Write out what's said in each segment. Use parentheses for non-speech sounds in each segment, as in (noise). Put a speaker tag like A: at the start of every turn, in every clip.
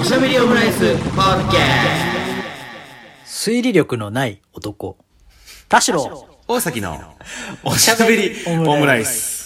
A: おしゃべりオムライスポッケ
B: 推理力のない男。田代。
C: 大崎のおしゃべりオムライス。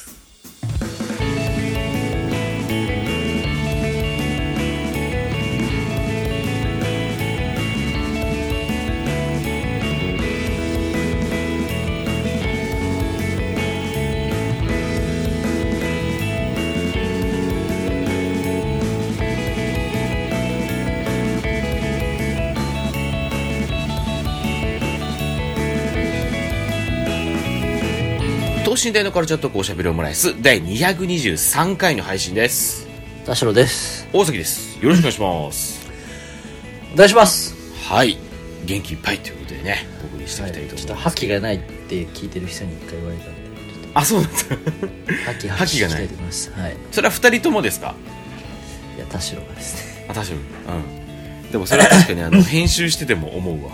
C: 等身大のカルチャートークおしゃべりオムライス第223回の配信です。
B: 田代です。
C: 大崎です。よろしくお願いします。
B: お願いします。
C: はい。元気いっぱいということでね、お送りしていきたいと
B: ちょっ
C: 思い
B: と
C: ます。
B: 覇気がないって聞いてる人に一回言われたんで、ちょっ
C: あ、そうなんですか。
B: と覇気
C: 覇気がない
B: 発揮したいと思います。はい。
C: それは二人ともですか
B: いや、田代がですね。
C: あ、確かに。うん。でもそれは確かにあの、編集してても思うわ。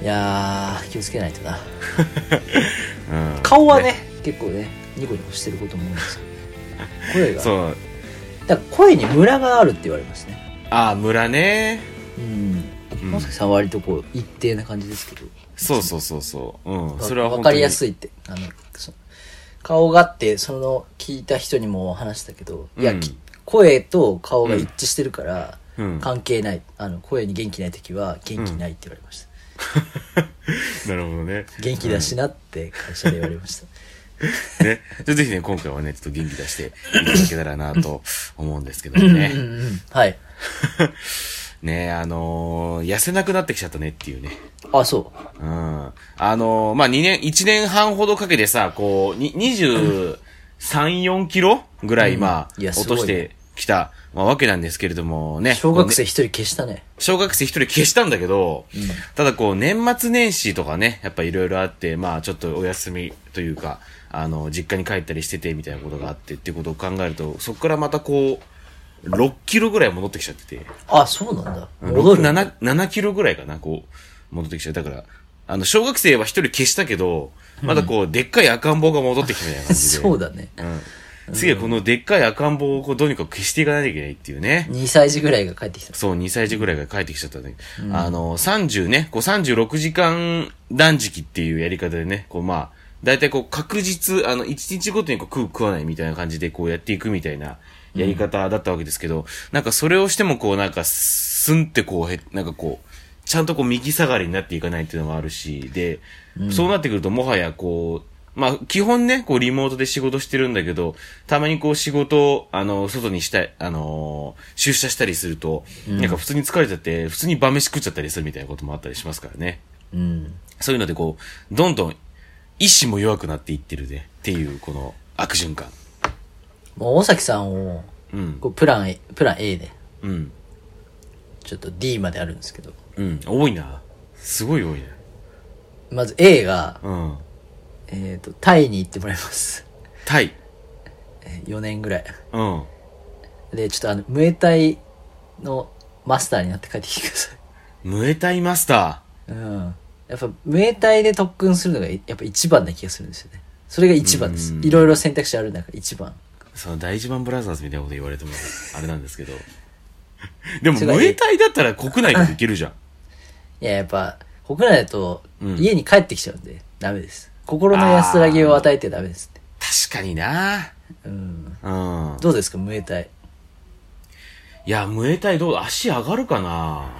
B: いやー、気をつけないとな。
C: (laughs) うん。
B: 顔はね、結構ね、ニコニコしてることも多いん
C: (laughs)
B: ですよ。声が。
C: そう。
B: だから声にムラがあるって言われますね。
C: あ、村ね。
B: うん。
C: ん
B: 大崎さんは割とこう、一定な感じですけど。
C: そうそうそうそう。うん。それは
B: わ
C: 本
B: か
C: 当に
B: りやすいってあのそ顔があってその聞いた人にも話したけど、いや
C: うん
B: き声と顔が一致してるから、
C: うん
B: 関係ないあの声に元気ない時は元気ないって言われました、
C: なるほどね。
B: 元気だしなって会社で言われました、
C: ね。じゃあぜひね、今回はね、ちょっと元気出していただけたらなと思うんですけど
B: (laughs)
C: もね。
B: うんうんはい
C: ねあのー痩せなくなってきちゃったねっていうね。
B: あそう
C: うん。あのーまあ、2年、1年半ほどかけてさ、こう、に23、4キロぐらい、
B: うん
C: まあ、
B: いやすご
C: 落
B: いね
C: としてきた、まあ、わけなんですけれどもね。
B: 小学生
C: こうね
B: 一人消したね
C: 小学生一人消したんだけど、
B: うん
C: ただこう、年末年始とかね、やっぱいろいろあって、まあ、ちょっとお休みというか、あの、実家に帰ったりしてて、みたいなことがあってっていうことを考えると、そこからまたこう、6キロぐらい戻ってきちゃってて。
B: あそうなんだ戻る
C: 7, 7キロぐらいかな、こう、戻ってきちゃう。だから、あの、小学生は一人消したけど、まだこう、でっかい赤ん坊が戻ってきたみたいな感じ
B: (laughs)
C: で。
B: そうだね
C: うん。次はこのでっかい赤ん坊をこう、どうにか消していかないといけないっていうね。
B: 2歳児ぐらいが帰ってきた
C: そう、2歳児ぐらいが帰ってきちゃったね。あの、30ね、こう36時間断食っていうやり方でね、こうまあ、大体こう確実、あの、1日ごとにこう食う食わないみたいな感じでこうやっていくみたいなやり方だったわけですけど、なんかそれをしてもこうなんかスンってこうへ、なんかこう、ちゃんとこう右下がりになっていかないっていうのもあるし、で、そうなってくるともはやこう、まあ、基本ね、こう、リモートで仕事してるんだけど、たまにこう、仕事を、あの、外にしたい、あのー出社したりすると、なんか普通に疲れちゃって、普通に晩飯食っちゃったりするみたいなこともあったりしますからね。
B: うん
C: そういうのでこう、どんどん、意志も弱くなっていってるで、っていう、この、悪循環。
B: もう大崎さんを
C: うん。
B: こうプラン A プラン A で
C: うん。
B: ちょっと D まであるんですけど
C: うん。多いな。すごい多いな。
B: まず A が、
C: うん。
B: えっ、と、タイに行ってもらいます。 (laughs)
C: タイ。
B: えー4年ぐらい。
C: うん。
B: で、ちょっとあの、ムエタイのマスターになって帰ってきてください。 (laughs)
C: ムエタイマスタ
B: うん。やっぱ、ムエタイで特訓するのが、やっぱ一番な気がするんですよね。それが一番です
C: う。ん
B: いろいろ選択肢ある中、一番。
C: ー。その、第一番ブラザーズみたいなこと言われ
B: (laughs)
C: ても、あれなんですけど。でも、
B: それが
C: ムエタイだったら国内からいけるじゃん。
B: いや、やっぱ、国内だと、
C: うん
B: 家に帰ってきちゃうんで、ダメです。心の安らぎを与えてダメですって。
C: 確かにな
B: うん。
C: うん。
B: どうですか、ムエタイ。 (laughs)
C: いや、ムエタイどう、足上がるかな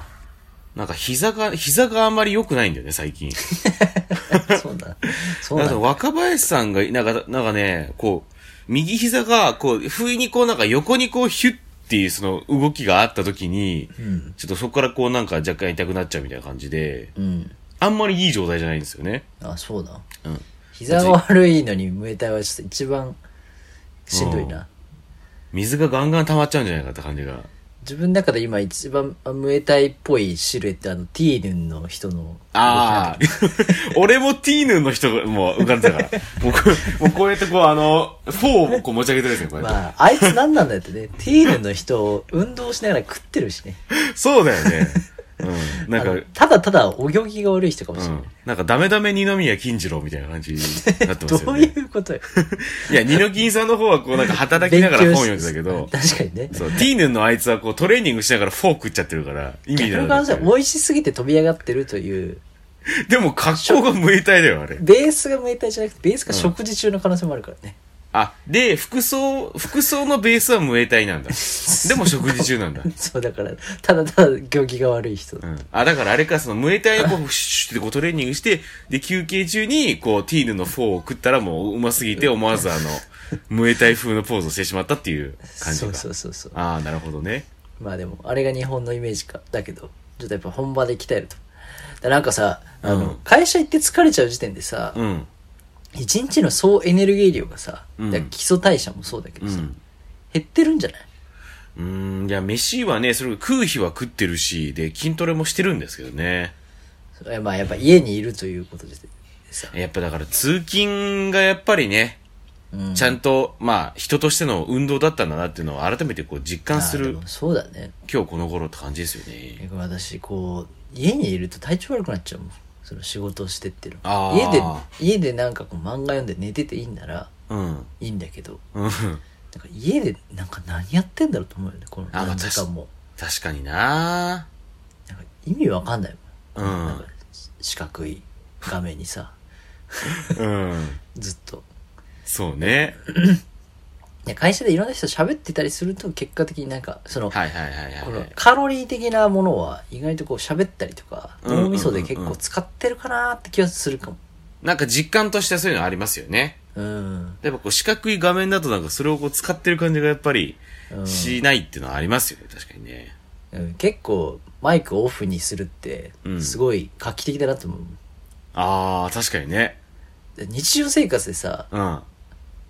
C: なんか膝が、膝があんまり良くないんだよね、最近。
B: そうだ。そう
C: な
B: なんんだ
C: か。若林さんが、なんか、なんかね、こう、右膝が、こう、不意にこう、なんか横にこう、ヒュッっていうその動きがあった時に、
B: うん。
C: ちょっとそこからこうなんか若干痛くなっちゃうみたいな感じで、
B: うん。
C: あんまりいい状態じゃないんですよね。
B: あ、そうだ。
C: うん。
B: 膝が悪いのにムエタイはちょっと一番しんどいな、
C: うん水がガンガン溜まっちゃうんじゃないかって感じが。
B: 自分の中で今一番ムエタイっぽいシルエットあのティーヌンの人の
C: ああ、 (laughs) 俺もティーヌの人も浮かんでたから。 (laughs) もうこう、もうこうやってこう、あの、フォーをこう持ち上げてるんですよ、こうやって。
B: まああ (laughs) いつ何なんだよってねティーヌンの人を運動しながら食ってるしね
C: そうだよね。 (laughs) うん。なんか、うん。
B: ただただお行儀が悪い人かもしれない。
C: なんか、ダメダメ二宮金次郎みたいな感じになってます (laughs) よね。
B: どういうことよ。
C: いや、二の金さんの方はこうなんか働きながら本読んでたけ
B: 勉
C: ど、
B: 強し (laughs) 確かにね。
C: そう、ティーヌンのあいつはこうトレーニングしながらフォーク食っちゃってるから、意
B: 逆
C: 味な
B: の
C: いなっ
B: 話
C: て
B: は
C: る。
B: 美味しすぎて飛び上がってるという、
C: でも格好が無理体だよ、あれ。
B: ベースが無体じゃなくて、ベースが食事中の可能性もあるからね。
C: あ、で、服装、服装のベースは無栄体なんだ。でも食事中な
B: (laughs)
C: んだ。
B: そうだから、ただただ行儀が悪い人。
C: うん。あ、だからあれか、その無栄体をこう、シュッシュッってこうトレーニングして、で、休憩中に、こう、ティーヌのフォーを食ったらもう、うますぎて、思わずあの、無栄体風のポーズをしてしまったっていう感じ
B: そう
C: か。
B: そうそうそう。
C: ああ、なるほどね。
B: まあでも、あれが日本のイメージか。だけど、ちょっとやっぱ本場で鍛えると。だなんかさ、あの、
C: うん
B: 会社行って疲れちゃう時点でさ、
C: うん。
B: 一日の総エネルギー量がさ、
C: うん
B: だから基礎代謝もそうだけ
C: う
B: どさ、
C: ん。
B: 減ってるんじゃないう
C: ーん、いや、飯はね、それ食う日は食ってるし、で、筋トレもしてるんですけどね。
B: それはまあやっぱ家にいるということでさ、
C: やっぱだから通勤がやっぱりね、
B: うん
C: ちゃんと、まあ、人としての運動だったんだなっていうのを改めてこう実感す
B: あー
C: る
B: でも、そうだね。
C: 今日この頃って感じですよね。
B: 結構私、こう、家にいると体調悪くなっちゃうもん。その仕事をしてってる。
C: あ
B: 家で
C: ー、
B: 家でなんかこう漫画読んで寝てていいんなら
C: うん。
B: いいんだけど、
C: うん。
B: なんか家でなんか何やってんだろうと思うよね、この
C: あまあ
B: 何時間も。
C: 確かにな
B: なんか意味わかんないもん。(laughs)
C: うん
B: なんか四角い画面にさ、
C: うん。
B: ずっと。
C: そうね。
B: いや会社でいろんな人と喋ってたりすると結果的になんか、その、
C: はいはいはいはい
B: こ
C: は
B: の
C: い。
B: カロリー的なものは意外とこう喋ったりとか、
C: うんうんうん
B: 脳みそで結構使ってるかなって気はするかも。
C: なんか実感としてそういうのありますよね。
B: うん。
C: やっぱこう四角い画面だとなんかそれをこう使ってる感じがやっぱり
B: うん
C: しないっていうのはありますよね。確かにね。
B: うん結構マイクをオフにするって
C: うん
B: すごい画期的だなと思う。
C: ああ、確かにね。
B: で日常生活でさ、
C: うん。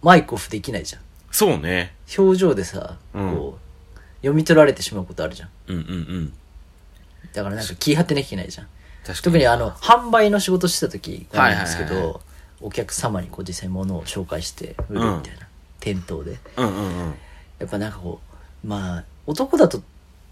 B: マイクオフできないじゃん。
C: そうね。
B: 表情でさ、
C: うん
B: こう、読み取られてしまうことあるじゃん。
C: うんうんうん。
B: だからなんか気張ってなきゃいけないじゃん。
C: 確かに。
B: 特にあの、販売の仕事してた時があるんですけど、
C: はいはいはいは
B: お客様にこう実際物を紹介して売るみたいな、店頭で。
C: うんうんうん。
B: やっぱなんかこう、まあ、男だと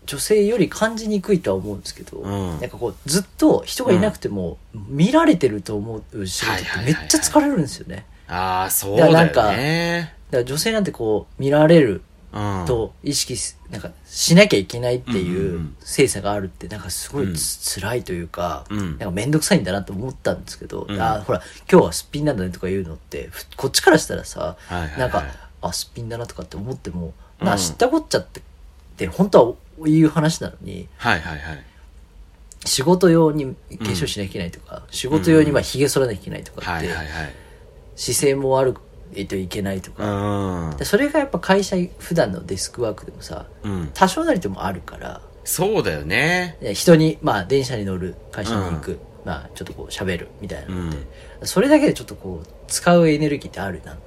B: 女性より感じにくいとは思うんですけど、
C: うん
B: なんかこう、ずっと人がいなくても、見られてると思う仕事って
C: はいはいは
B: め
C: い
B: っ
C: はい
B: ちゃ疲れるんですよね。
C: ああ、そうだよ
B: だから
C: ね。
B: だから女性なんてこう、見られる
C: うん。
B: と意識す、なんかしなきゃいけないって
C: うんうん
B: いううん精査があるって、なんかすごいつ、
C: うん
B: 辛いというか、
C: うん
B: なんか面倒くさいんだなと思ったんですけど、
C: うん
B: ああ、ほら、今日はすっぴんなんだねとか言うのって、ふこっちからしたらさ、
C: はいはいはい
B: なんか、あ、すっぴんだなとかって思っても、
C: うん
B: なあ、知ったこっちゃって、って本当はいう話なのに、
C: はいはいはい。
B: 仕事用に化粧しなきゃいけないとか、仕事用にまあ髭剃らなきゃいけないとかっ
C: は
B: て、
C: いはいはい。
B: 姿勢も悪いといけないとか、
C: うん
B: で。それがやっぱ会社普段のデスクワークでもさ
C: うん。
B: 多少なりともあるから
C: そうだよね。
B: で人にまあ電車に乗る会社に行く、まあちょっとこう喋るみたいなのって、それだけでちょっとこう使うエネルギーってあるなと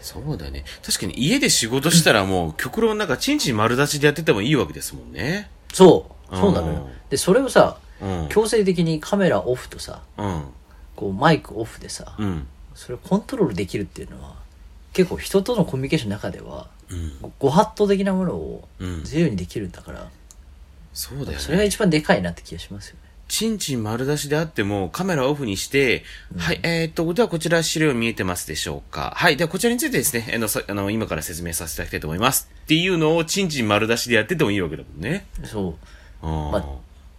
C: そうだよね。確かに家で仕事したらもう、極論なんか、チンチン丸出しでやっててもいいわけですもんね。
B: そう
C: うん
B: そうなのよでそれをさ
C: うん。
B: 強制的にカメラオフとさ
C: うん。
B: こうマイクオフでさ
C: うん。
B: それをコントロールできるっていうのは結構人とのコミュニケーションの中では
C: うん。
B: ごご法度的なものを
C: うん。
B: 自由にできるんだから、
C: そうだよ
B: それが
C: ね。
B: 一番でかいなって気がしますよね
C: チンチン丸出しであっても、カメラをオフにして、はい、えーっと、ではこちら資料見えてますでしょうか。はい、ではこちらについてですね、あの、さあの今から説明させていただきたいと思います。っていうのを、チンチン丸出しでやっててもいいわけだもんね。
B: そう
C: うん
B: まあ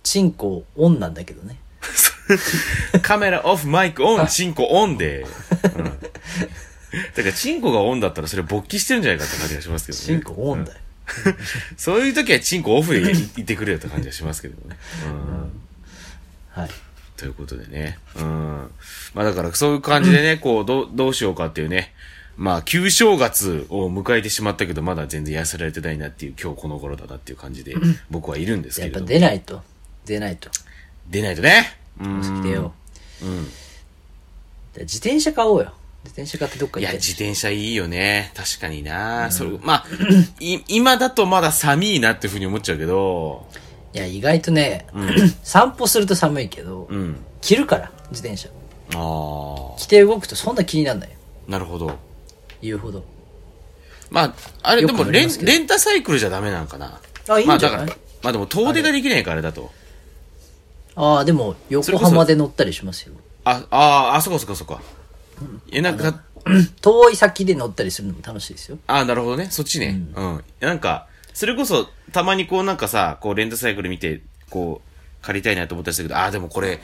B: チンコオンなんだけどね
C: カメラオフ、マイクオン、チンコオ
B: (laughs)
C: ンで。うん。だから、チンコがオンだったら、それ勃起してるんじゃないかって感じがしますけどね。
B: チンコオンだよ、
C: そういう時は、チンコオフでいい (laughs) てくれよって感じがしますけどね。うん。
B: はい
C: ということでね。うん。まあ、だから、そういう感じでね、こう、どう、どうしようかっていうね。まあ、旧正月を迎えてしまったけど、まだ全然痩せられてないなっていう、今日この頃だなっていう感じで、僕はいるんです
B: や
C: け
B: っ
C: れ
B: ぱ
C: ども。
B: 出ないと出ないと
C: 出ないとね。うん。
B: 出よう、うん、自転車買おうよ自転車買ってどっか
C: い
B: 行っ
C: や、
B: て
C: 自転車いいよね。確かにな、それ、まあ、い、今だとまだ寒いなっていうふうに思っちゃうけど、
B: いや意外とね、散歩すると寒いけど、
C: うん。
B: 着るから自転車
C: あ
B: 着て動くとそんな気になんないよ
C: あ、なるほど。
B: 言うほど
C: まあ、あれ、
B: よ
C: で
B: く
C: も
B: 乗り
C: レ
B: ま
C: ン
B: す、けど
C: レンタサイクルじゃダメなんかな。
B: あいいんじゃない
C: まあ、だから、まあでも遠出ができないからあれだと。
B: ああ、でも、横浜で乗ったりしますよ。
C: あ、あー、あ、そこそこそこ。え、なんか、
B: 遠い先で乗ったりするのも楽しいですよ。
C: あ、なるほどね。そっちね。うん。なんか、それこそ、たまにこうなんかさ、こうレンタサイクル見て、こう、借りたいなと思ったりしたけど、あ、でもこれ、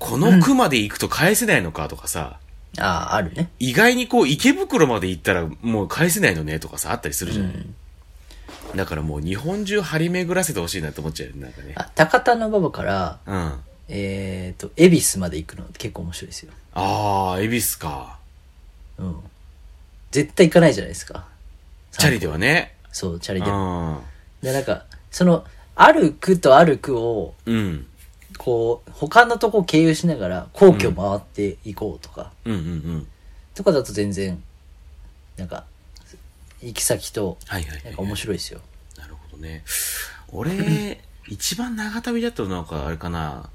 C: この区まで行くと返せないのかとかさ、
B: ああ、あるね。
C: 意外にこう池袋まで行ったらもう返せないのねとかさ、あったりするじゃない。だからもう日本中張り巡らせてほしいなと思っちゃうよねなんかね。
B: あ、高田馬場から、
C: うん。あ
B: えっ、と、恵比寿まで行くの結構面白いですよ。
C: あー、恵比寿か。
B: うん。絶対行かないじゃないですか。
C: チャリではね。
B: そう、チャ
C: う
B: リで。
C: ん。
B: で、なんか、その、ある区とある区を、
C: うん。
B: こう、他のとこ経由しながら、皇居回っていこうとか、
C: うんうんうん。
B: とかだと全然、なんか、行き先と、
C: はいはい、は
B: ないんか。面白いですよ。
C: なるほどね。
B: (laughs)
C: 俺、一番長旅だとなんかあれかな。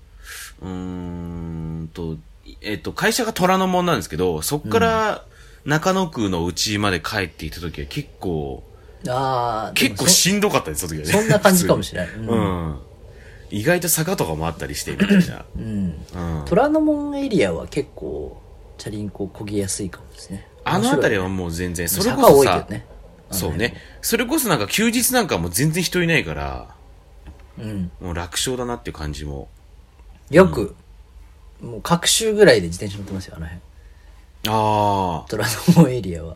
C: うーんと、えっと、会社が虎ノ門なんですけど、そっから中野区のうちまで帰っていた時は結構、
B: ああ、でも
C: 結構しんどかったです、その時
B: そ
C: はね。
B: んな感じかもしれない。
C: れない。 (laughs) うん。意外と坂とかもあったりして、みたいな。
B: うん。うん。
C: うん。
B: 虎ノ門エリアは結構、チャリンコ漕ぎやすいかもですね。
C: あの辺り
B: は、
C: はもう全然、それこ
B: 坂
C: そ
B: 多いけ
C: さ
B: ど、ね。
C: そうね。それこそなんか休日なんかも全然人いないから、
B: うん。
C: もう楽勝だなっていう感じも。
B: よく、もう、各週ぐらいで自転車乗ってますよ、あの辺。
C: ああ。
B: 虎ノ門エリアは。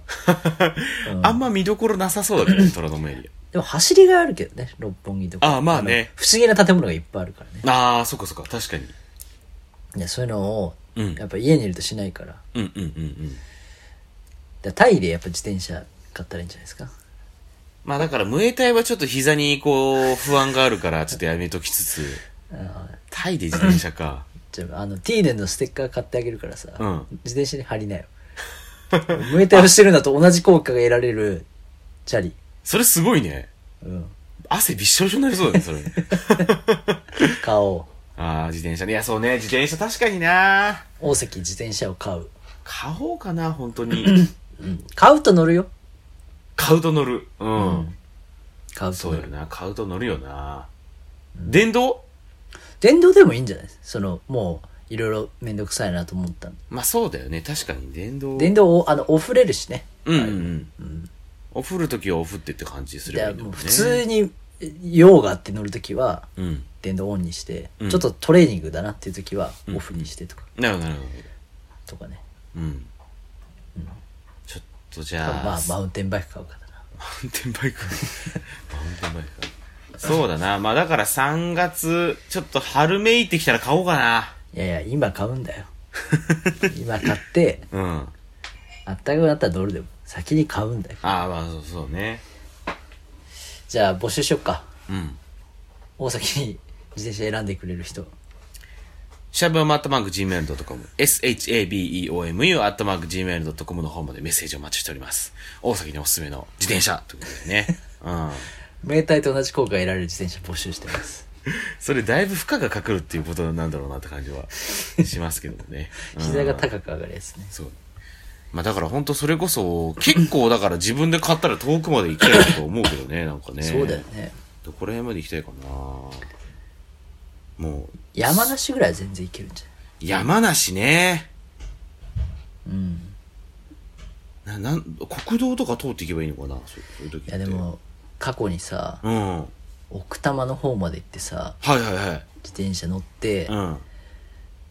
C: あんま見どころなさそうだけ (laughs) どね、虎ノ門エリ
B: でも、走りがあるけどね、六本木とか。
C: あーまあね
B: の不思議な建物がいっぱいあるからね。
C: ア。ああ、そっかそっか、確かに。
B: いや、そういうのを、
C: うん
B: やっぱ家にいるとしないから。だか
C: うんうんうんうん。
B: らタイでやっぱ自転車買ったらいいんじゃないですか。
C: まあだから、ムエタイはちょっと膝にこう、不安があるから、ちょっとやめときつつ、
B: あー
C: タイで自転車か。
B: じゃあ、あの、ティーデンのステッカー買ってあげるからさ、
C: うん
B: 自転車に貼りなよ。ムエタイをしてるんだと同じ効果が得られるチャリ。
C: それすごいね。
B: うん。
C: 汗びっしょびしょになりそうだね、 (laughs) それ。
B: 買おう。
C: ああ、自転車ね。いや、そうね、自転車確かにな。
B: 大関自転車を買う。
C: 買おうかな、本当 (laughs) に。
B: うん。買うと乗るよ。
C: 買うと乗る。うん。
B: 買うと
C: そう
B: 乗
C: よ
B: る。
C: な、買うと乗るよな。電動
B: 電動でもいいんじゃないその、もう、いろいろめんどくさいなと思ったんで
C: まあそうだよね、確かに電動。
B: 電動を、あの、オフれるしね。
C: うんうんうん。オフるときはオフってって感じすれ
B: じ
C: ばい
B: ゃ
C: いんだも
B: も
C: ん
B: う
C: ね。
B: 普通に、用があって乗るときは、
C: うん。
B: 電動オンにして、
C: うん
B: ちょっとトレーニングだなっていうときは、オフにしてとか、
C: なるほど、なるほ
B: とかね。
C: ど。うん。ちょっとじゃあ、
B: まあ、マウンテンバイク買うかだな。
C: マウンテンバイク。 (laughs) マウンテンバイク。そうだな。まあだから3月、ちょっと春めいてきたら買おうかな。
B: いやいや、今買うん
C: (laughs)
B: だよ。今買って、
C: うん。あ
B: あったかくなったらどれでも。先に買うんだよ。
C: あ、まあそうそうね。
B: じゃあ募集しよっか。
C: うん。
B: 大崎に自転車選んでくれる人。
C: シャブマットマーク Gmail.com、shabeomu アットマーク Gmail.com の方までメッセージをお待ちしております。大崎におすすめの自転車というこ
B: (laughs)
C: とでね。うん。
B: 明体と同じ効果が得られる自転車募集してます。
C: それだいぶ負荷がかかるっていうことなんだろうなって感
B: (laughs)
C: じはしますけどもね。うん
B: 膝が高く上がるやつね。
C: そう。まあだから本当それこそ、結構だから自分で買ったら遠くまで行きたいなと思うけど
B: (laughs)
C: ね、なんかね。
B: そうだよ。ね。
C: どこら辺まで行きたいかなもう、
B: 山梨ぐらいは全然いけるんじゃない
C: 山梨ね。
B: うん。
C: な、なん、国道とか通っていけばいいのかなそうそういう時っ
B: い
C: て。
B: やで。も、過去にさ、
C: うん。はい
B: 奥多摩の方まで行ってさ、
C: はいはい。
B: 自転車乗って、
C: うん。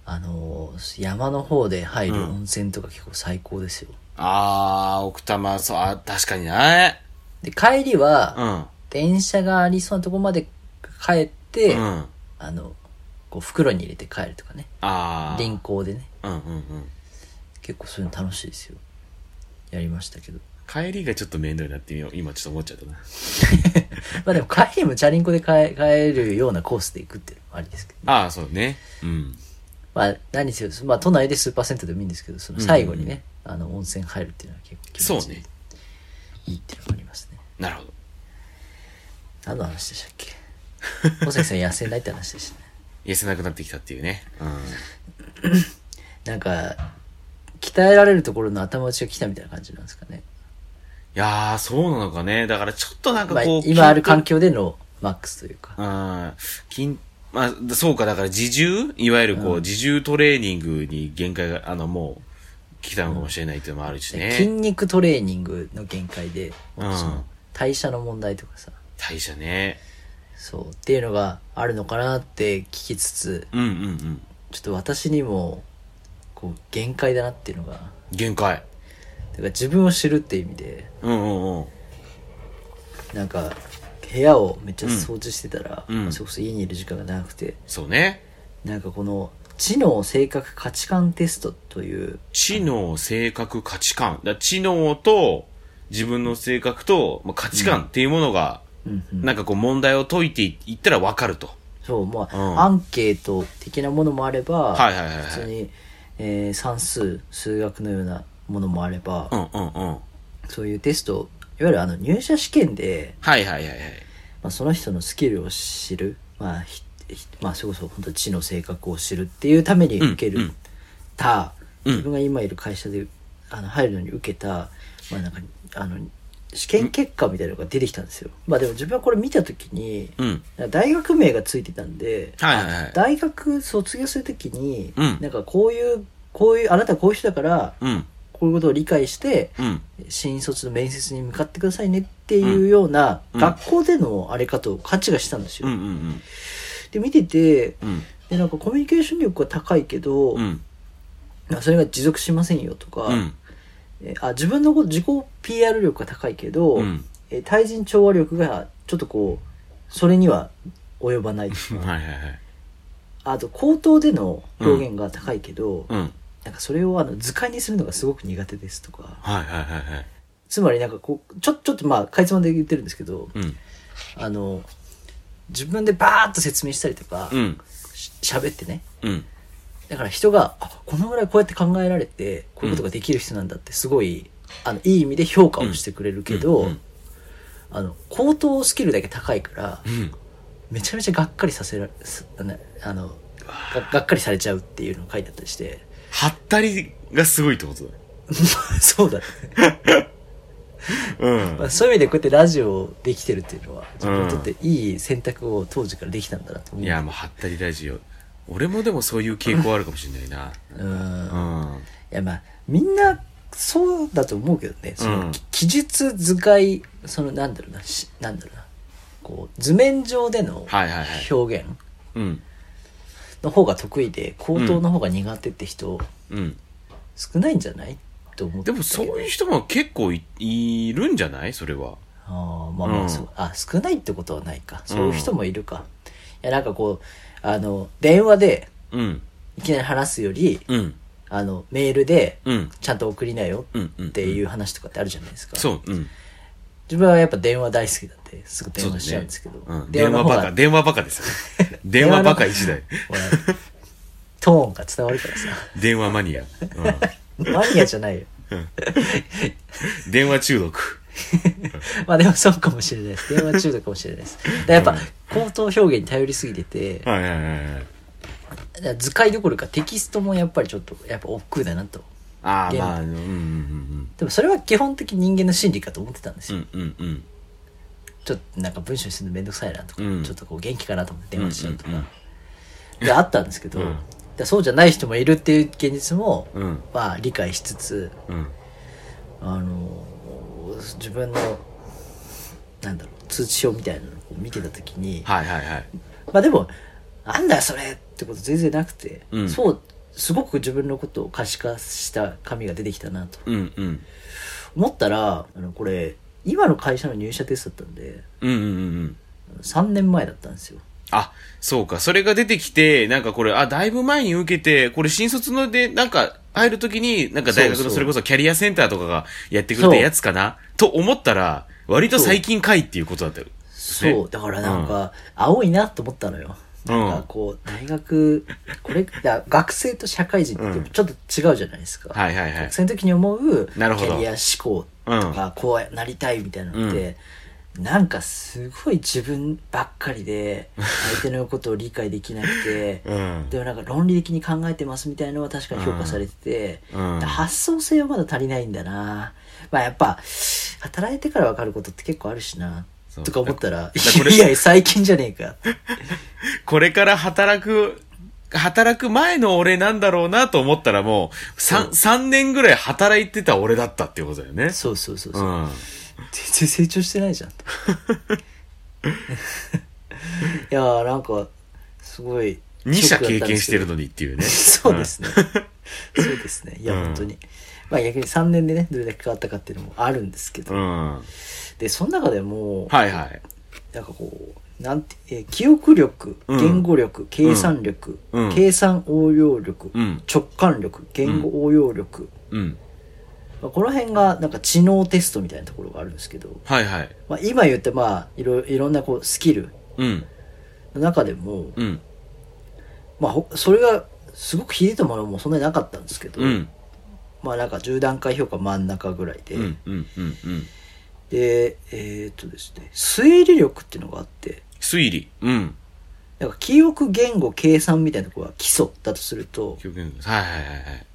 B: あのー山の方で入る温泉とか結構最高ですよ。
C: あー、奥多摩、そう、あ、確かにね。
B: で、帰りは、
C: うん。
B: 電車がありそうなとこまで帰って、
C: うん。
B: あのこう袋に入れて帰るとかね
C: あー。
B: 輪行でね
C: うんうんうん。
B: 結構そういうの楽しいですよやりましたけど
C: 帰りがちょっと面倒になってみよう今ちょっと思っちゃったな
B: まあでも帰りもチャリンコで帰帰るようなコースで行くっていうのもありですけど、
C: ああそうねうん
B: まあ何せよ、まあ、都内でスーパーセントでもいいんですけどその最後にね、あの温泉入るっていうのは結構気持
C: そう
B: ち
C: ね
B: いいっていうのもありますね
C: なるほど
B: 何の話でしたっけ (laughs) 尾崎さん痩せないって話でしたね
C: 痩せなくなってきたっていうねうん
B: なんか鍛えられるところの頭打ちが来たみたいな感じなんですかね
C: いやーそうなのかねだからちょっとなんか
B: まあ
C: こう、
B: 今ある環
C: 境
B: 境でのマックスというか
C: うん筋まあ、そうか、だから自重いわゆるこう、自重トレーニングに限界が、あの、もう、来たのかもしれないっていうのもあるし
B: 筋
C: ね。
B: 肉トレーニングの限界で、
C: うん
B: もうその代謝の問題とかさ、
C: 代謝ね。
B: そう、っていうのがあるのかなって聞きつつ、
C: うんうんうん。
B: ちょっと私にも、こう、限界だなっていうのが、だか
C: 限界。
B: ら自分を知るっていう意味で、
C: うんうんうん。
B: なんか、部屋をめっちゃ掃除してたら、
C: うんうん
B: それこそ家にいる時間が長くて、
C: そうね。
B: なんかこの、知能性格価値観テストという、
C: 知能、性格、価値観。だ知能と自分の性格と、まあ、価値観っていうものが、
B: うんうん
C: なんかこう問題を解いていったらわかると。
B: そう、まあ、
C: うん
B: アンケート的なものもあれば、
C: はいはいはいはい
B: 普通に、えー算数、数学のようなものもあれば、
C: うんうんうん。
B: そういうテスト、いわゆるあの入社試験で、
C: はいはいはいはい。
B: まあ、その人のスキルを知る、まあ、ひひまあ、それこそ本当知の性格を知るっていうために受け
C: うんう
B: る
C: ん
B: た、
C: うん
B: 自分が今いる会社であの入るのに受けた、まあ、なんかあの試験結果みたいなのが出てきたんですよ。まあ、でも自分はこれ見たときに、
C: うん。
B: なんか大学名がついてたんで、
C: はいはいはい。
B: 大学卒業するときに、
C: うん
B: なんかこういう、こういう、あなたはこういう人だから、
C: うん。
B: こういうことを理解して、
C: うん。
B: 新卒の面接に向かってくださいねっていうような、
C: うん
B: 学校でのあれかと価値がしたんです
C: う
B: よ。
C: んうん
B: で、見てて、
C: うん。うん。
B: で、なんかコミュニケーション力が高いけど、
C: うん。
B: なんかそれが持続しませんよとか、
C: うん。
B: えあ自分のこと自己 PR 力が高いけど、
C: うん
B: え対人調和力がちょっとこう、それには及ばないとか。
C: はいはいはい。
B: あと、口頭での表現が高いけど、
C: うん。
B: なんかそれをあの図鑑にするのがすごく苦手ですとか、
C: はいはいはいはい。
B: つまりなんかこう、ちょ、ちょっとまあ、かいつまんで言ってるんですけど、
C: うん。
B: あの、自分でバーッと説明したりとか、
C: うん。
B: し喋ってね。
C: うん。
B: だから人が、あ、このぐらいこうやって考えられて、こういうことができる人なんだって、すごい、あの、いい意味で評価をしてくれるけど、
C: うんうん
B: あの、口頭スキルだけ高いから、
C: うん。
B: めちゃめちゃがっかりさせられ、すあのあのが、がっかりされちゃうっていうのが書いてあったりして、 (laughs)
C: はったりがすごいってことだね。
B: そう
C: (laughs)
B: だね。
C: うん。
B: まあ、そういう意味でこうやってラジオできてるっていうのは自分にとっていい選択を当時からできたんだなと思う、
C: いや、もう、はったりラジオ。俺もでもそういう傾向あるかもしれないな。
B: うんい
C: うん。
B: やまあみんなそうだと思うけどねその、
C: うん
B: き記述使いそのなんだろうなしなんだろうなこう図面上での
C: はいはいはい
B: 表現
C: うん。
B: の方が得意で口頭の方が苦手って人
C: うん。
B: 少ないんじゃないと思って
C: でもそういう人も結構いいるんじゃないそれは。
B: あーまあま
C: うん
B: あそう、あ少ないってことはないかそういう人もいるか、いやなんかこうあの電話で
C: うん。
B: いきなり話すより
C: うん。
B: あの、メールで、
C: うん。
B: ちゃんと送りなよ
C: うん。うん。
B: っていう話とかってあるじゃないですか。
C: そう。うん。
B: 自分はやっぱ電話大好きなんで、すぐ
C: そ
B: 電
C: うだ
B: 話しちゃうん
C: ね
B: ですけど。。
C: うん。電話バカ、
B: で、
C: 電話バカです
B: (laughs)
C: よね。電話バカ一台。
B: ほらトーンが伝わるからさ。 (laughs)
C: 電話マニア。う
B: マニアじゃないよ。
C: ん。電話中毒。
B: まあでもそうかもしれないです。電話中毒かもしれないです。だからやっぱ、口頭表現に頼りすぎてて、
C: はいはいはいはい。
B: だから図解どころかテキストもやっぱりちょっと、やっぱ億劫だなと。
C: ああ、
B: ゲーム
C: まあ、うんうんうん
B: でもそれは基本的に人間の心理かと思ってたんです
C: うん。う
B: よ。
C: んうんうん。
B: ちょっとなんか文章にするのめんどくさいなとか、
C: うん
B: ちょっとこう元気かなと思って電話しちゃうとか。
C: うんうん
B: であったんですけど、
C: うん
B: だからそうじゃない人もいるっていう現実も、
C: うん
B: まあ理解しつつ
C: うん。
B: あの自分のなんだろう通知表みたいなのを見てた時に
C: はいはいはい。
B: まあでもなんだよそれってこと全然なくて、
C: うん
B: そうすごく自分のことを可視化した紙が出てきたなと
C: うんうん。
B: 思ったらあのこれ今の会社の入社テストだったんで
C: うんうんうんうん。
B: 3年前だったんですよ
C: あ、そうか。それが出てきて、なんかこれ、あ、だいぶ前に受けて、これ新卒ので、なんか、入るときに、なんか大学
B: そうそ
C: の
B: う
C: それこそキャリアセンターとかがやってくれたやつかなと思ったら、割と最近かいっていうことだったよ。
B: そう、だからなんか、青いなと思ったのよ。
C: うん
B: なんかこう、大学、これ、だ学生と社会人ってちょっと違うじゃないですか。
C: はいはいはい
B: 学。生の時に思う、キ
C: なるほど
B: ャリア志向とか、こうなりたいみたいなのって、なんかすごい自分ばっかりで、相手のことを理解できなくて、
C: (laughs) うん。
B: でもなんか論理的に考えてますみたいなのは確かに評価されてて、
C: うんうん
B: 発想性はまだ足りないんだなまあやっぱ働いてから分かることって結構あるしな
C: う
B: とか思ったら、
C: からこれ
B: いやいや、最近じゃねえか。
C: これから働く、働く前の俺なんだろうなと思ったらもう、三三年ぐらい働いてた俺だったっていうことだよね。
B: そうそうそう
C: う
B: そう。
C: ん。
B: 全然成長してない
C: (laughs)
B: じゃん。いやー、なんか、すごい。
C: 二社経験してる
B: の。
C: のにっていうね。
B: そうですね。そうですね。いや、
C: うん
B: 本当に。まあ逆に3年でね、どれだけ変わったかっていうのもあるんですけ
C: う
B: ど。
C: ん。うん。
B: で、その中でも、
C: はいはい。
B: なんかこう、なんて、えー記憶力、
C: うん
B: 言語力、計算力、
C: うん
B: 計算応用力、
C: うん
B: 直感力、言語応用力、
C: うん。
B: まあこの辺がなんか知能テストみたいなところがあるんですけど、
C: はいはい。
B: まあ、今言ったまあいろいろんなこうスキル
C: うん。
B: の中でも、
C: うん。
B: まあ、ほそれがすごく秀でたものもそんなになかったんですけど、
C: うん。
B: まあなんか10段階評価真ん中ぐらいで、
C: うん。うん。うん。うん。
B: でえーっとですね推理力っていうのがあって
C: 推理。うん。
B: なんか記憶言語計算みたいなところが基礎だとすると
C: 記憶力はいはいはいはい。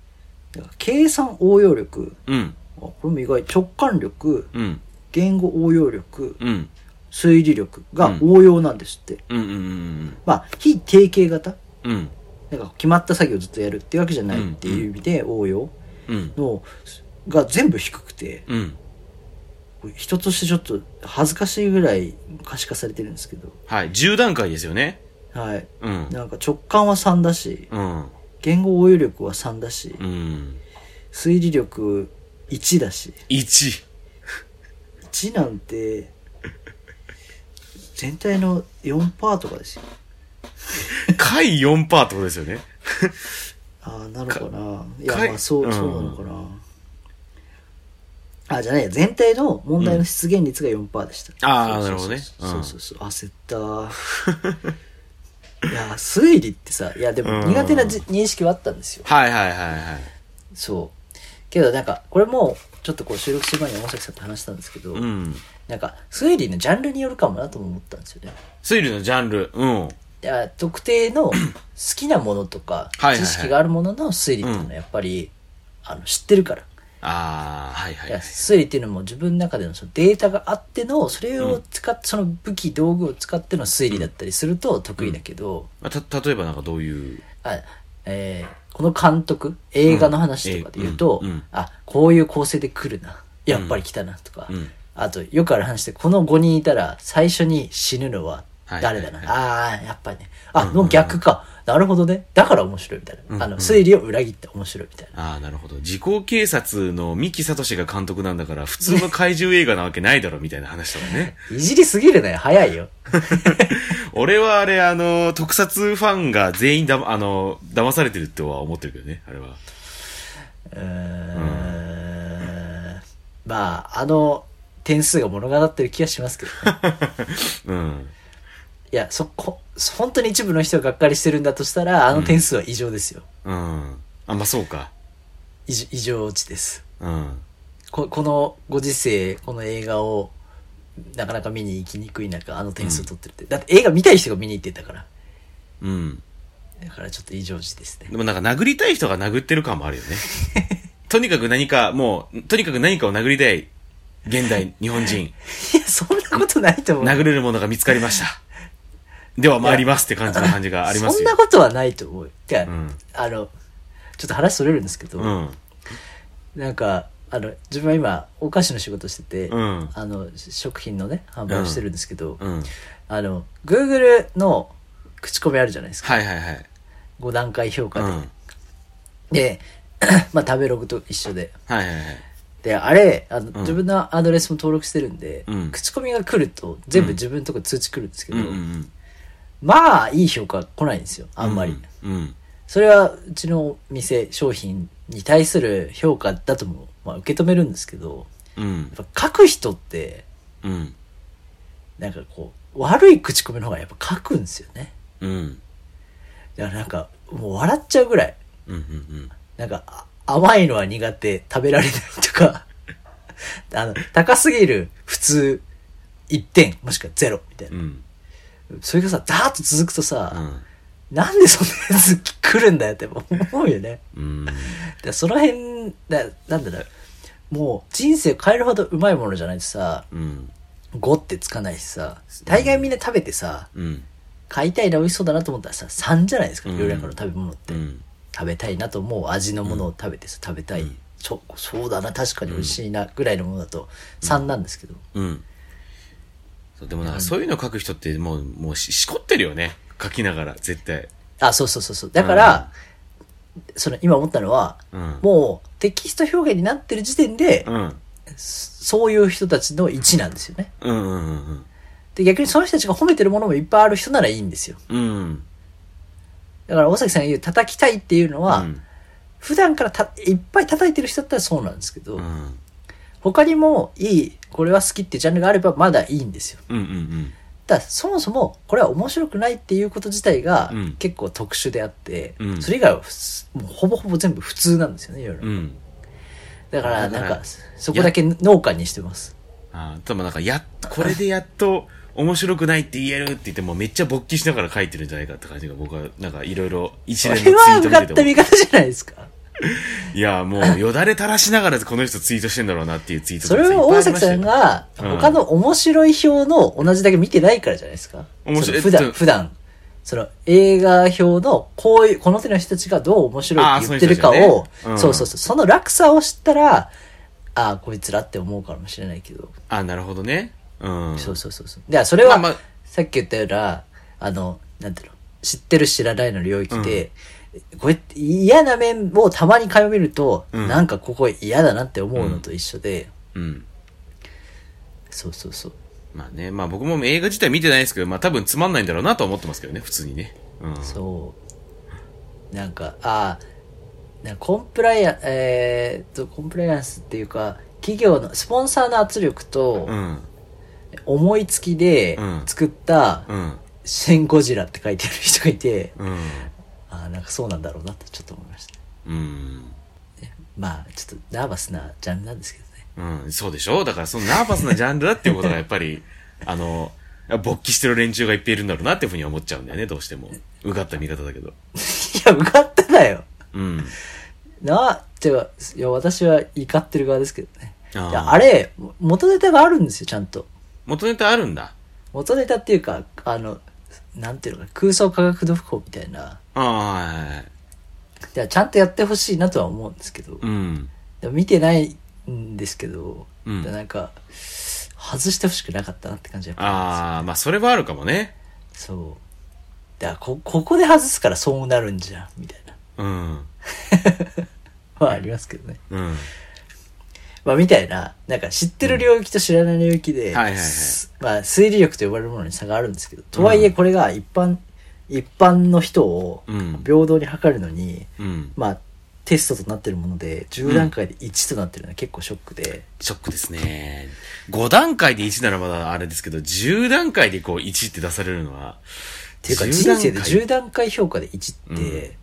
B: なんか計算応用力
C: うん。
B: あこれも意外直感力
C: うん。
B: 言語応用力
C: うん。
B: 推理力が
C: うん
B: 応用なんですって、
C: うん。うん。うん
B: まあ非定型型
C: うん。うん。
B: なんか決まった作業をずっとやるっていうわけじゃないっていう意味で応用
C: うん。
B: のが全部低くて
C: うん。
B: 人としてちょっと恥ずかしいぐらい可視化されてるんですけど、
C: はい。10段階ですよね。
B: はい、
C: うん。
B: なんか直感は3だし
C: うん。
B: 言語応用力は3だし
C: うん。
B: 推理力1だし
C: 1。
B: 1なんて全体の4%とかですよ
C: 回4%ってことですよね。
B: ああなのかない
C: か
B: や
C: い
B: まあそう,、
C: うん
B: そうなのかなあじゃないや全体の問題の出現率が4%でした、
C: あー
B: そうそうそう
C: なるほどねうん
B: そうそうそう焦ったいや推理ってさいやでも苦手なじ、認識はあったんですよ
C: はいはいはいはい。
B: そうけどなんかこれもちょっとこう収録する前に山崎さんと話したんですけど、
C: うん。
B: なんか推理のジャンルによるかもなとも思ったんですよね
C: 推理のジャンル。うん。
B: いや特定
C: (clears throat)
B: の好きなものとか
C: はいはいは
B: 知
C: い
B: 識があるものの推理っていうのはやっぱり、あの知ってるから
C: ああ、はいはいい
B: や
C: はい。
B: 推理っていうのも自分の中でのそのデータがあってのそれを使って、その武器道具を使っての推理だったりすると得意だけど、
C: まあた、例えばなんかどういう。
B: あえーこの監督映画の話とかで言うと、
C: うんえーうんうん
B: あこういう構成で来るなやっぱり来たなとか、
C: うん
B: あとよくある話でこの5人いたら最初に死ぬのは誰だな、
C: はい
B: ああやっぱりねあの逆か、なるほどねだから面白いみたいな、あの推理を裏切って面白いみたいな。
C: ああ、なるほど。時効警察の三木聡が監督なんだから、普通の怪獣映画なわけないだろ、みたいな話だもんね。
B: いじりすぎるね早いよ。
C: 俺はあれ、あの、特撮ファンが全員だ、あの、騙されてるとは思ってるけどね、あ
B: (laughs)
C: れは。
B: うーんまああの点数が物語ってる気がしますけどね
C: うん。
B: いやそこ本当に一部の人ががっかりしてるんだとしたらあの点数は異常ですよ、
C: うん。あ、まあそうか。
B: 異常異常値です
C: うん。
B: ここのご時世この映画をなかなか見に行きにくい中あの点数取ってるって、だって映画見たい人が見に行ってたから
C: うん。
B: だからちょっと異常値です
C: (laughs)
B: ね
C: でもなんか殴りたい人が殴ってる感もあるよ
B: (laughs)
C: ね。とにかく何か、もう、とにかく何かを殴りたい、現代日本人。
B: いやそんなことないと思う
C: 殴れるものが見つかりました。では参りますって感じの感じがあります
B: そん
C: よ。
B: なことはないと思うてか、
C: ん
B: あのちょっと話それるんですけど、
C: うん。
B: なんかあの自分は今お菓子の仕事してて、
C: うん
B: あの食品のね販売をしてるんですけど、
C: うん。
B: あの Google の口コミあるじゃないですか
C: はいはいはい。
B: 5段階評
C: う
B: 価
C: ん。
B: で、
C: はい
B: で (coughs) まあ食べログと一緒で
C: はいはい。
B: であれあの、自分のアドレスも登録してるんで、
C: うん
B: 口コミが来ると全部自分のとこに通知来るんですけ
C: う
B: ど、
C: んうんうん。
B: まあいい評価来ないんですよあんまり、
C: うん。
B: それはうちの店商品に対する評価だとも、まあ、受け止めるんですけど
C: うん。
B: やっぱ書く人って
C: うん。
B: なんかこう、悪い口コミの方がやっぱ書くんですよね。
C: うん。
B: だからなんか、もう笑っちゃうぐらい。
C: うん。うん。
B: なんか、あ甘いのは苦手、食べられないとか、 (laughs) あの、高すぎる、普通、1点、もしくは0、みたい
C: うん。う
B: な。
C: ん。
B: それがさ、ダーッと続くと
C: う
B: さ、
C: ん
B: なんでそんなやつ来るんだよって思うよね。
C: うん。
B: だからその辺、だなんだろう、もう人生を変えるほどうまいものじゃないとさ、
C: うん。
B: 5ってつかないしさ、大概みんな食べてさ、
C: うん。
B: 買いたいな美味しそうだなと思ったらさ、3じゃないですか、
C: うん
B: 世の中の食べ物って。
C: うん。
B: 食べたいなと思う味のものを食べてさ、食べたい。ちょそうだな、確かに美味しいな、ぐらいのものだと3なんですけど。
C: うん。そうでもなんかそういうの書く人ってもう、もうししこってるよね。書きながら、絶対。
B: あ、そうそうそうそう。だから、その今思ったのは、
C: うん。
B: もうテキスト表現になってる時点で、
C: うん。
B: そういう人たちの1なんですよね。
C: うんうんうん
B: で、逆にその人たちが褒めてるものもいっぱいある人ならいいんですよ。
C: うん。うん。
B: だから、大崎さんが言う叩きたいっていうのは、
C: うん
B: 普段からたいっぱい叩いてる人だったらそうなんですけど、
C: うん。
B: 他にもいい、これは好きってジャンルがあればまだいいんですよ。
C: うんうん
B: ただそもそもこれは面白くないっていうこと自体が
C: うん
B: 結構特殊であって、
C: うん
B: それ以外はふつもうほぼほぼ全部普通なんですよねいろいろ、
C: うん。うん。
B: だから
C: だ
B: な
C: か
B: ん
C: ら
B: かそこだけ農家にしてます
C: ああ、多分なんか、や、これでやっと面白くないって言えるって言っても、めっちゃ勃起しながら書いてるんじゃないかって感じが、僕は、なんか、いろいろ、一
B: これ
C: 連のツイ
B: は
C: ー
B: 上
C: ト見
B: がって
C: て
B: た見
C: も。
B: 方じゃないですか
C: いや、もう、よだれ垂らしながら、この人ツイートしてんだろうなっていうツイート
B: それ
C: を
B: を大崎さん、が
C: うん
B: 他の面白い表の同じだけ見てないからじゃないですか、
C: 面白い
B: その普
C: えっ
B: 段
C: と
B: 普段その映画表のこういうこの手の人たちがどう面白いって言ってるかを
C: あーそうい
B: そう
C: う人たちねうん
B: そうそうその落差を知ったらああこいつらって思うかもしれないけど
C: あ、なるほどね。うん。
B: そうそうそうそう。で、それは、
C: まあまあ
B: さっき言ったような、あの、なんていうの、知ってる知らないの領域で、こうやって嫌な面をたまに通みると、
C: うん
B: なんかここ嫌だなって思うのと一緒で、
C: うん。
B: そうそうそう。
C: まあね、まあ僕も映画自体見てないですけど、まあ多分つまんないんだろうなとは思ってますけどね、普通にね。うん。
B: そう。なんか、ああ、なんかコンプライアン、えーっと、コンプライアンスっていうか、企業の、スポンサーの圧力と
C: う、ん。
B: 思いつきで
C: うん
B: 作った、
C: うん。
B: シン・ゴジラって書いてる人がいて、
C: うん。
B: ああ、なんかそうなんだろうなってちょっと思いました。
C: うん。
B: まあちょっとナーバスなジャンルなんですけどね
C: うん、そうでしょだからそのナーバスなジャンルだっていうことがやっぱり、あの、勃起してる連中がいっぱいいるんだろうなっていうふうには思っちゃうんだよね、どうしても。うがった見方だけど。
B: いや受かっただよ
C: うん。
B: なあってかいや私は怒ってる側ですけどね
C: あー
B: いやあれも元ネタがあるんですよちゃんと
C: 元ネタあるんだ。
B: 元ネタっていうかあのなんていうのかな空想科学読法みたいな
C: ああ、はいはいはい。
B: いやちゃんとやってほしいなとは思うんですけど、
C: うん。
B: でも見てないんですけど、
C: うん
B: なんか外してほしくなかったなって感じはやっぱ
C: ああ、まあそれはあるかもね。
B: そうだからこここで外すからそうなるんじゃんみたいな
C: うん。
B: はありますけどね
C: うん。
B: まあ、みたいな、なんか知ってる領域と知らない領域で、
C: んはいはいはい
B: すまあ、推理力と呼ばれるものに差があるんですけど、とはいえこれが一般、一般の人を
C: うん
B: 平等に測るのに、
C: うん。
B: まあ、テストとなってるもので、10段階で1となってるのは結構ショックで、
C: ショックですね。5段階で1ならまだあれですけど、10段階でこう1って出されるのは。
B: っていうか
C: 10
B: 人生で
C: 段階
B: 10段階評価で1って、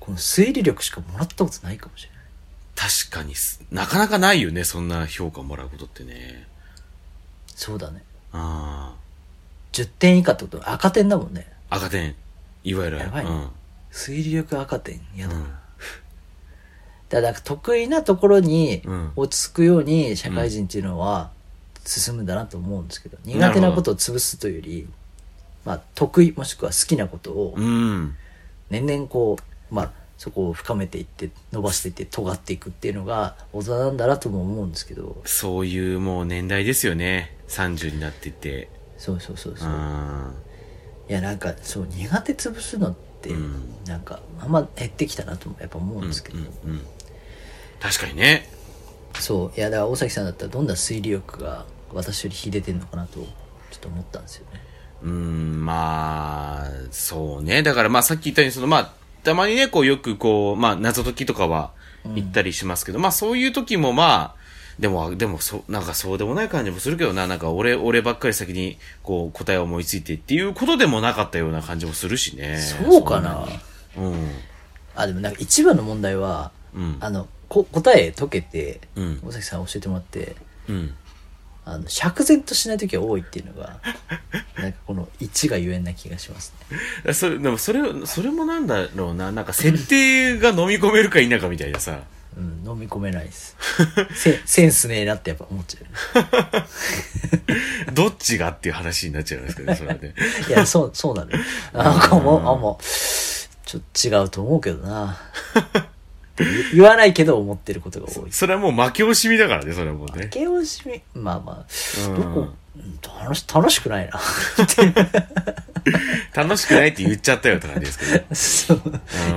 B: この推理力しかもらったことないかもしれない。
C: 確かにす、なかなかないよね、そんな評価もらうことってね。
B: そうだね。
C: あ
B: 10点以下ってことは赤点だもんね。
C: あ。赤点。いわゆる。
B: やばいね
C: うん。
B: 推理力赤点。やだな。
C: うん
B: だからなんか得意なところに
C: うん
B: 落ち着くように社会人っていうのは進むんだなと思うんですけど、苦手なことを潰すというより、まあ、得意もしくは好きなことを
C: うん。
B: 年々こう、まあ、そこを深めていって伸ばしていって尖っていくっていうのが大人なんだなとも思うんですけど
C: そういうもう年代ですよね。30になってて。
B: そうそうそう
C: う
B: そう、
C: ん。
B: いやなんかそう苦手潰すのって
C: うん
B: なんかあんま減ってきたなともやっぱ思うんですけど、
C: うんうん。確かにね。
B: そういやだから大崎さんだったらどんな推理力が私より秀でてんのかなとちょっと思ったんですよね
C: うーん、まあ、そうね。だからまあさっき言ったように、そのまあ、たまにね、こうよくこう、まあ謎解きとかは行ったりしますけど、まあそういう時もまあ、でも、でも、そ、なんかそうでもない感じもするけどな、なんか俺、俺ばっかり先に、こう、答えを思いついてっていうことでもなかったような感じもするしね。
B: そうかな
C: そんなに
B: あでもなんか一番の問題は、
C: うん
B: あのこ答え解けて
C: うん
B: 大崎さん教えてもらって
C: うん。うん。
B: あの釈然としない時が多いっていうのが (laughs) なんかこの1がゆえんな気がしますね
C: それ、でもそれ、それもなんだろうな、なんか設定が飲み込めるか否かみたいなさ。
B: うん、飲み込めないです
C: (laughs)
B: セセンスねえなってやっぱ思っちゃ
C: どっちがっていう話になっちゃいますけどね、それはね。
B: ういやそうそう
C: (laughs)
B: なのよなんかもうあもうちょっと違うと思うけどな言わないけど思ってることが多い
C: それはもう負け惜しみだからね、それはもうね
B: 負。け惜しみまあまあ、
C: うん
B: どこうん楽し楽しくないな
C: 楽しくないって言っちゃったよって感じですけどね。
B: (laughs) そう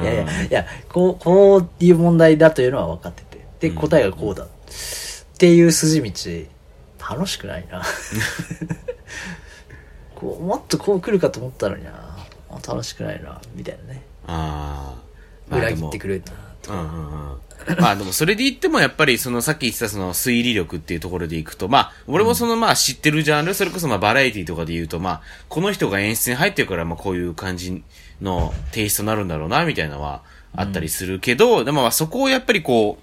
B: いやいやいやこうこういう問題だというのは分かっててで答えがこうだ、っていう筋道楽しくない (laughs) なこうもっとこう来るかと思ったのになあ楽しくないなみたいなね
C: ああ。まあ
B: 裏
C: で
B: 切
C: も
B: ってくるなと
C: うんうんうん。まあでもそれで言ってもやっぱりそのさっき言ってたその推理力っていうところでいくと、まあ俺もそのまあ知ってるジャンル、それこそまあバラエティとかで言うとまあこの人が演出に入ってるからまあこういう感じのテイストになるんだろうなみたいなのはあったりするけど、でもまあそこをやっぱりこ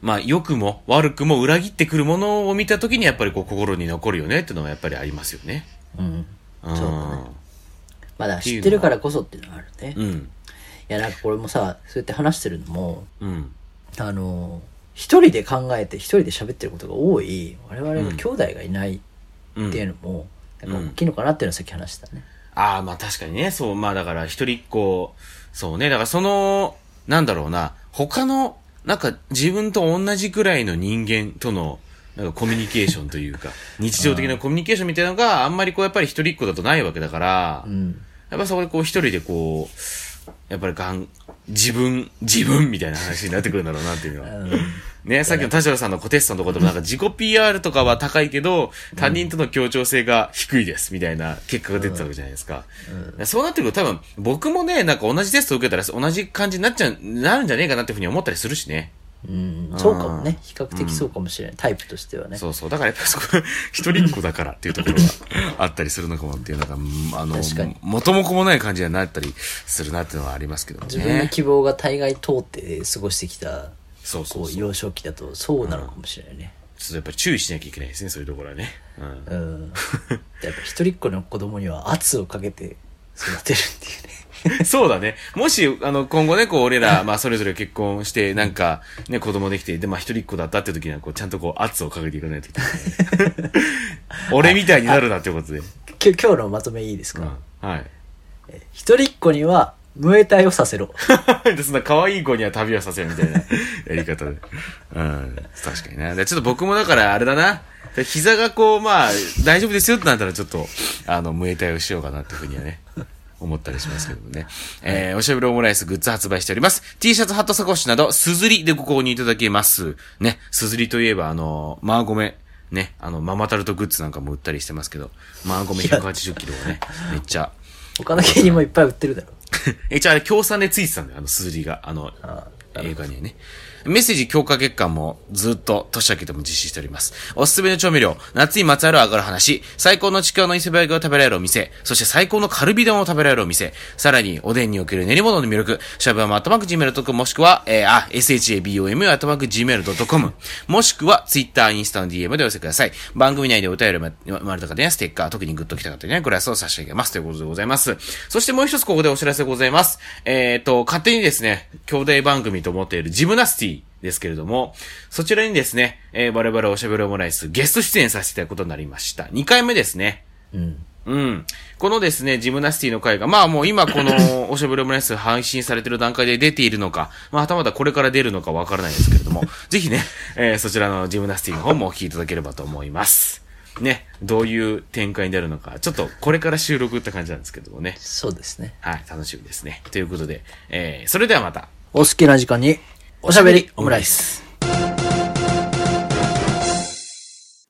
C: う、まあ良くも悪くも裏切ってくるものを見た時にやっぱりこう心に残るよねっていうのはやっぱりありますよね。
B: うん
C: うん。
B: そうだねまあだから知ってるからこそっていうのはあるね、い
C: うん。
B: やなんかこれもさそうやって話してるのも
C: うん。
B: あの一人で考えて一人で喋ってることが多い我々が兄弟がいない
C: うん
B: っていうのも、
C: ん
B: なんか大きいのかなっていうのをさっき話したね、
C: ああ、まあ確かにね。そう、まあだから一人っ子、そうね。だからその、なんだろうな、他の、なんか自分と同じくらいの人間との、なんかコミュニケーションとい
B: (laughs)
C: うか、日常的なコミュニケーションみたいなのがあんまりこうやっぱり一人っ子だとないわけだから、
B: うん
C: やっぱそこでこう一人でこう、やっぱりがん、自分、自分みたいな話になってくるんだろうなってい
B: (laughs)
C: うのは。ね、さっきの田代さんのコテストのところでもなんか自己 PR とかは高いけど、他人との協調性が低いです、みたいな結果が出てたわけじゃないですか。そうなってくると多分、僕もね、なんか同じテストを受けたら同じ感じになっちゃう、なるんじゃねえかなっていうふうに思ったりするしね。
B: うん、そうかもね比較的そうかもしれない、タイプとしてはね
C: そうそう。だからやっぱそこ、一人っ子だからっていうところがあったりするのかもっていう、なんか、うんあの
B: 確かに、
C: 元も子もない感じになったりするなっていうのはありますけどね。
B: 自分の希望が大概通って過ごしてきた
C: そうそ
B: こ
C: う
B: う
C: そう。
B: 幼少期だとそうなのかもしれないね
C: ちょっとやっぱり注意しなきゃいけないですね、そういうところはね。うん。
B: うん、やっぱ一人っ子の子供には圧をかけて育てるっていうね (laughs)
C: (laughs) そうだね。もし、あの、今後ね、こう、俺ら、まあ、それぞれ結婚して、なんか、ね、子供できて、で、まあ、一人っ子だったって時には、こう、ちゃんとこう、圧をかけていかないといけない。俺みたいになるなってことで。うん。
B: きょ今日のまとめいいですか、
C: はい。
B: 一人っ子にはムエタイをさせろ
C: (laughs) で、そんな可愛い子には旅をさせるみたいなやり方で。うん。確かにな。でちょっと僕もだから、あれだな。で膝がこう、まあ、大丈夫ですよってなったら、ちょっと、あの、無栄体をしようかなっていうふうにはね。思ったりしますけどもね。えー、おしゃべりオムライスグッズ発売しております。T シャツ、ハット、サコッシュなど、すずりでご購入いただけます。ね、すずりといえば、あの、マーゴメ、ね、あの、ママタルトグッズなんかも売ったりしてますけど、マーゴメ180キロがね、めっちゃ、
B: 他の芸人もいっぱい売ってるだろ
C: (laughs) え、じゃああれ、協賛でついてたんだよ、あの、すずりが。あの、映画にはね。メッセージ強化月間もずっと年明けても実施しております。おすすめの調味料、夏にまつわる上がる話、最高のちくわの伊勢バイを食べられるお店、そして最高のカルビ丼を食べられるお店、さらにおでんにおける練り物の魅力、しゃぶはまアットマーク Gmail.com もしくは、えーあ、shabom アットマーク Gmail.com もしくは Twitter、インスタの DM でお寄せください。番組内でお便りま、まるとかでね、ステッカー、特にグッときた方にはグラスを差し上げますということでございます。そしてもう一つここでお知らせございます。えっ、と、勝手にですね、兄弟番組と思っているジムナスティですけれども、そちらにですね、えー我々おしゃべりオムライスゲスト出演させていただくことになりました。2回目ですね。
B: うん
C: うん。このですね、ジムナスティの回が、まあもう今この (laughs) おしゃべりオムライス配信されてる段階で出ているのか、まあはたまたこれから出るのかわからないですけれど (laughs) も、ぜひね、えーそちらのジムナスティの方もお聞きいただければと思います。ね、どういう展開になるのか、ちょっとこれから収録って感じなんですけどもね。
B: そうですね
C: はい、楽しみですね。ということで、えー、それではまた。
B: お好きな時間におしゃべりオムライス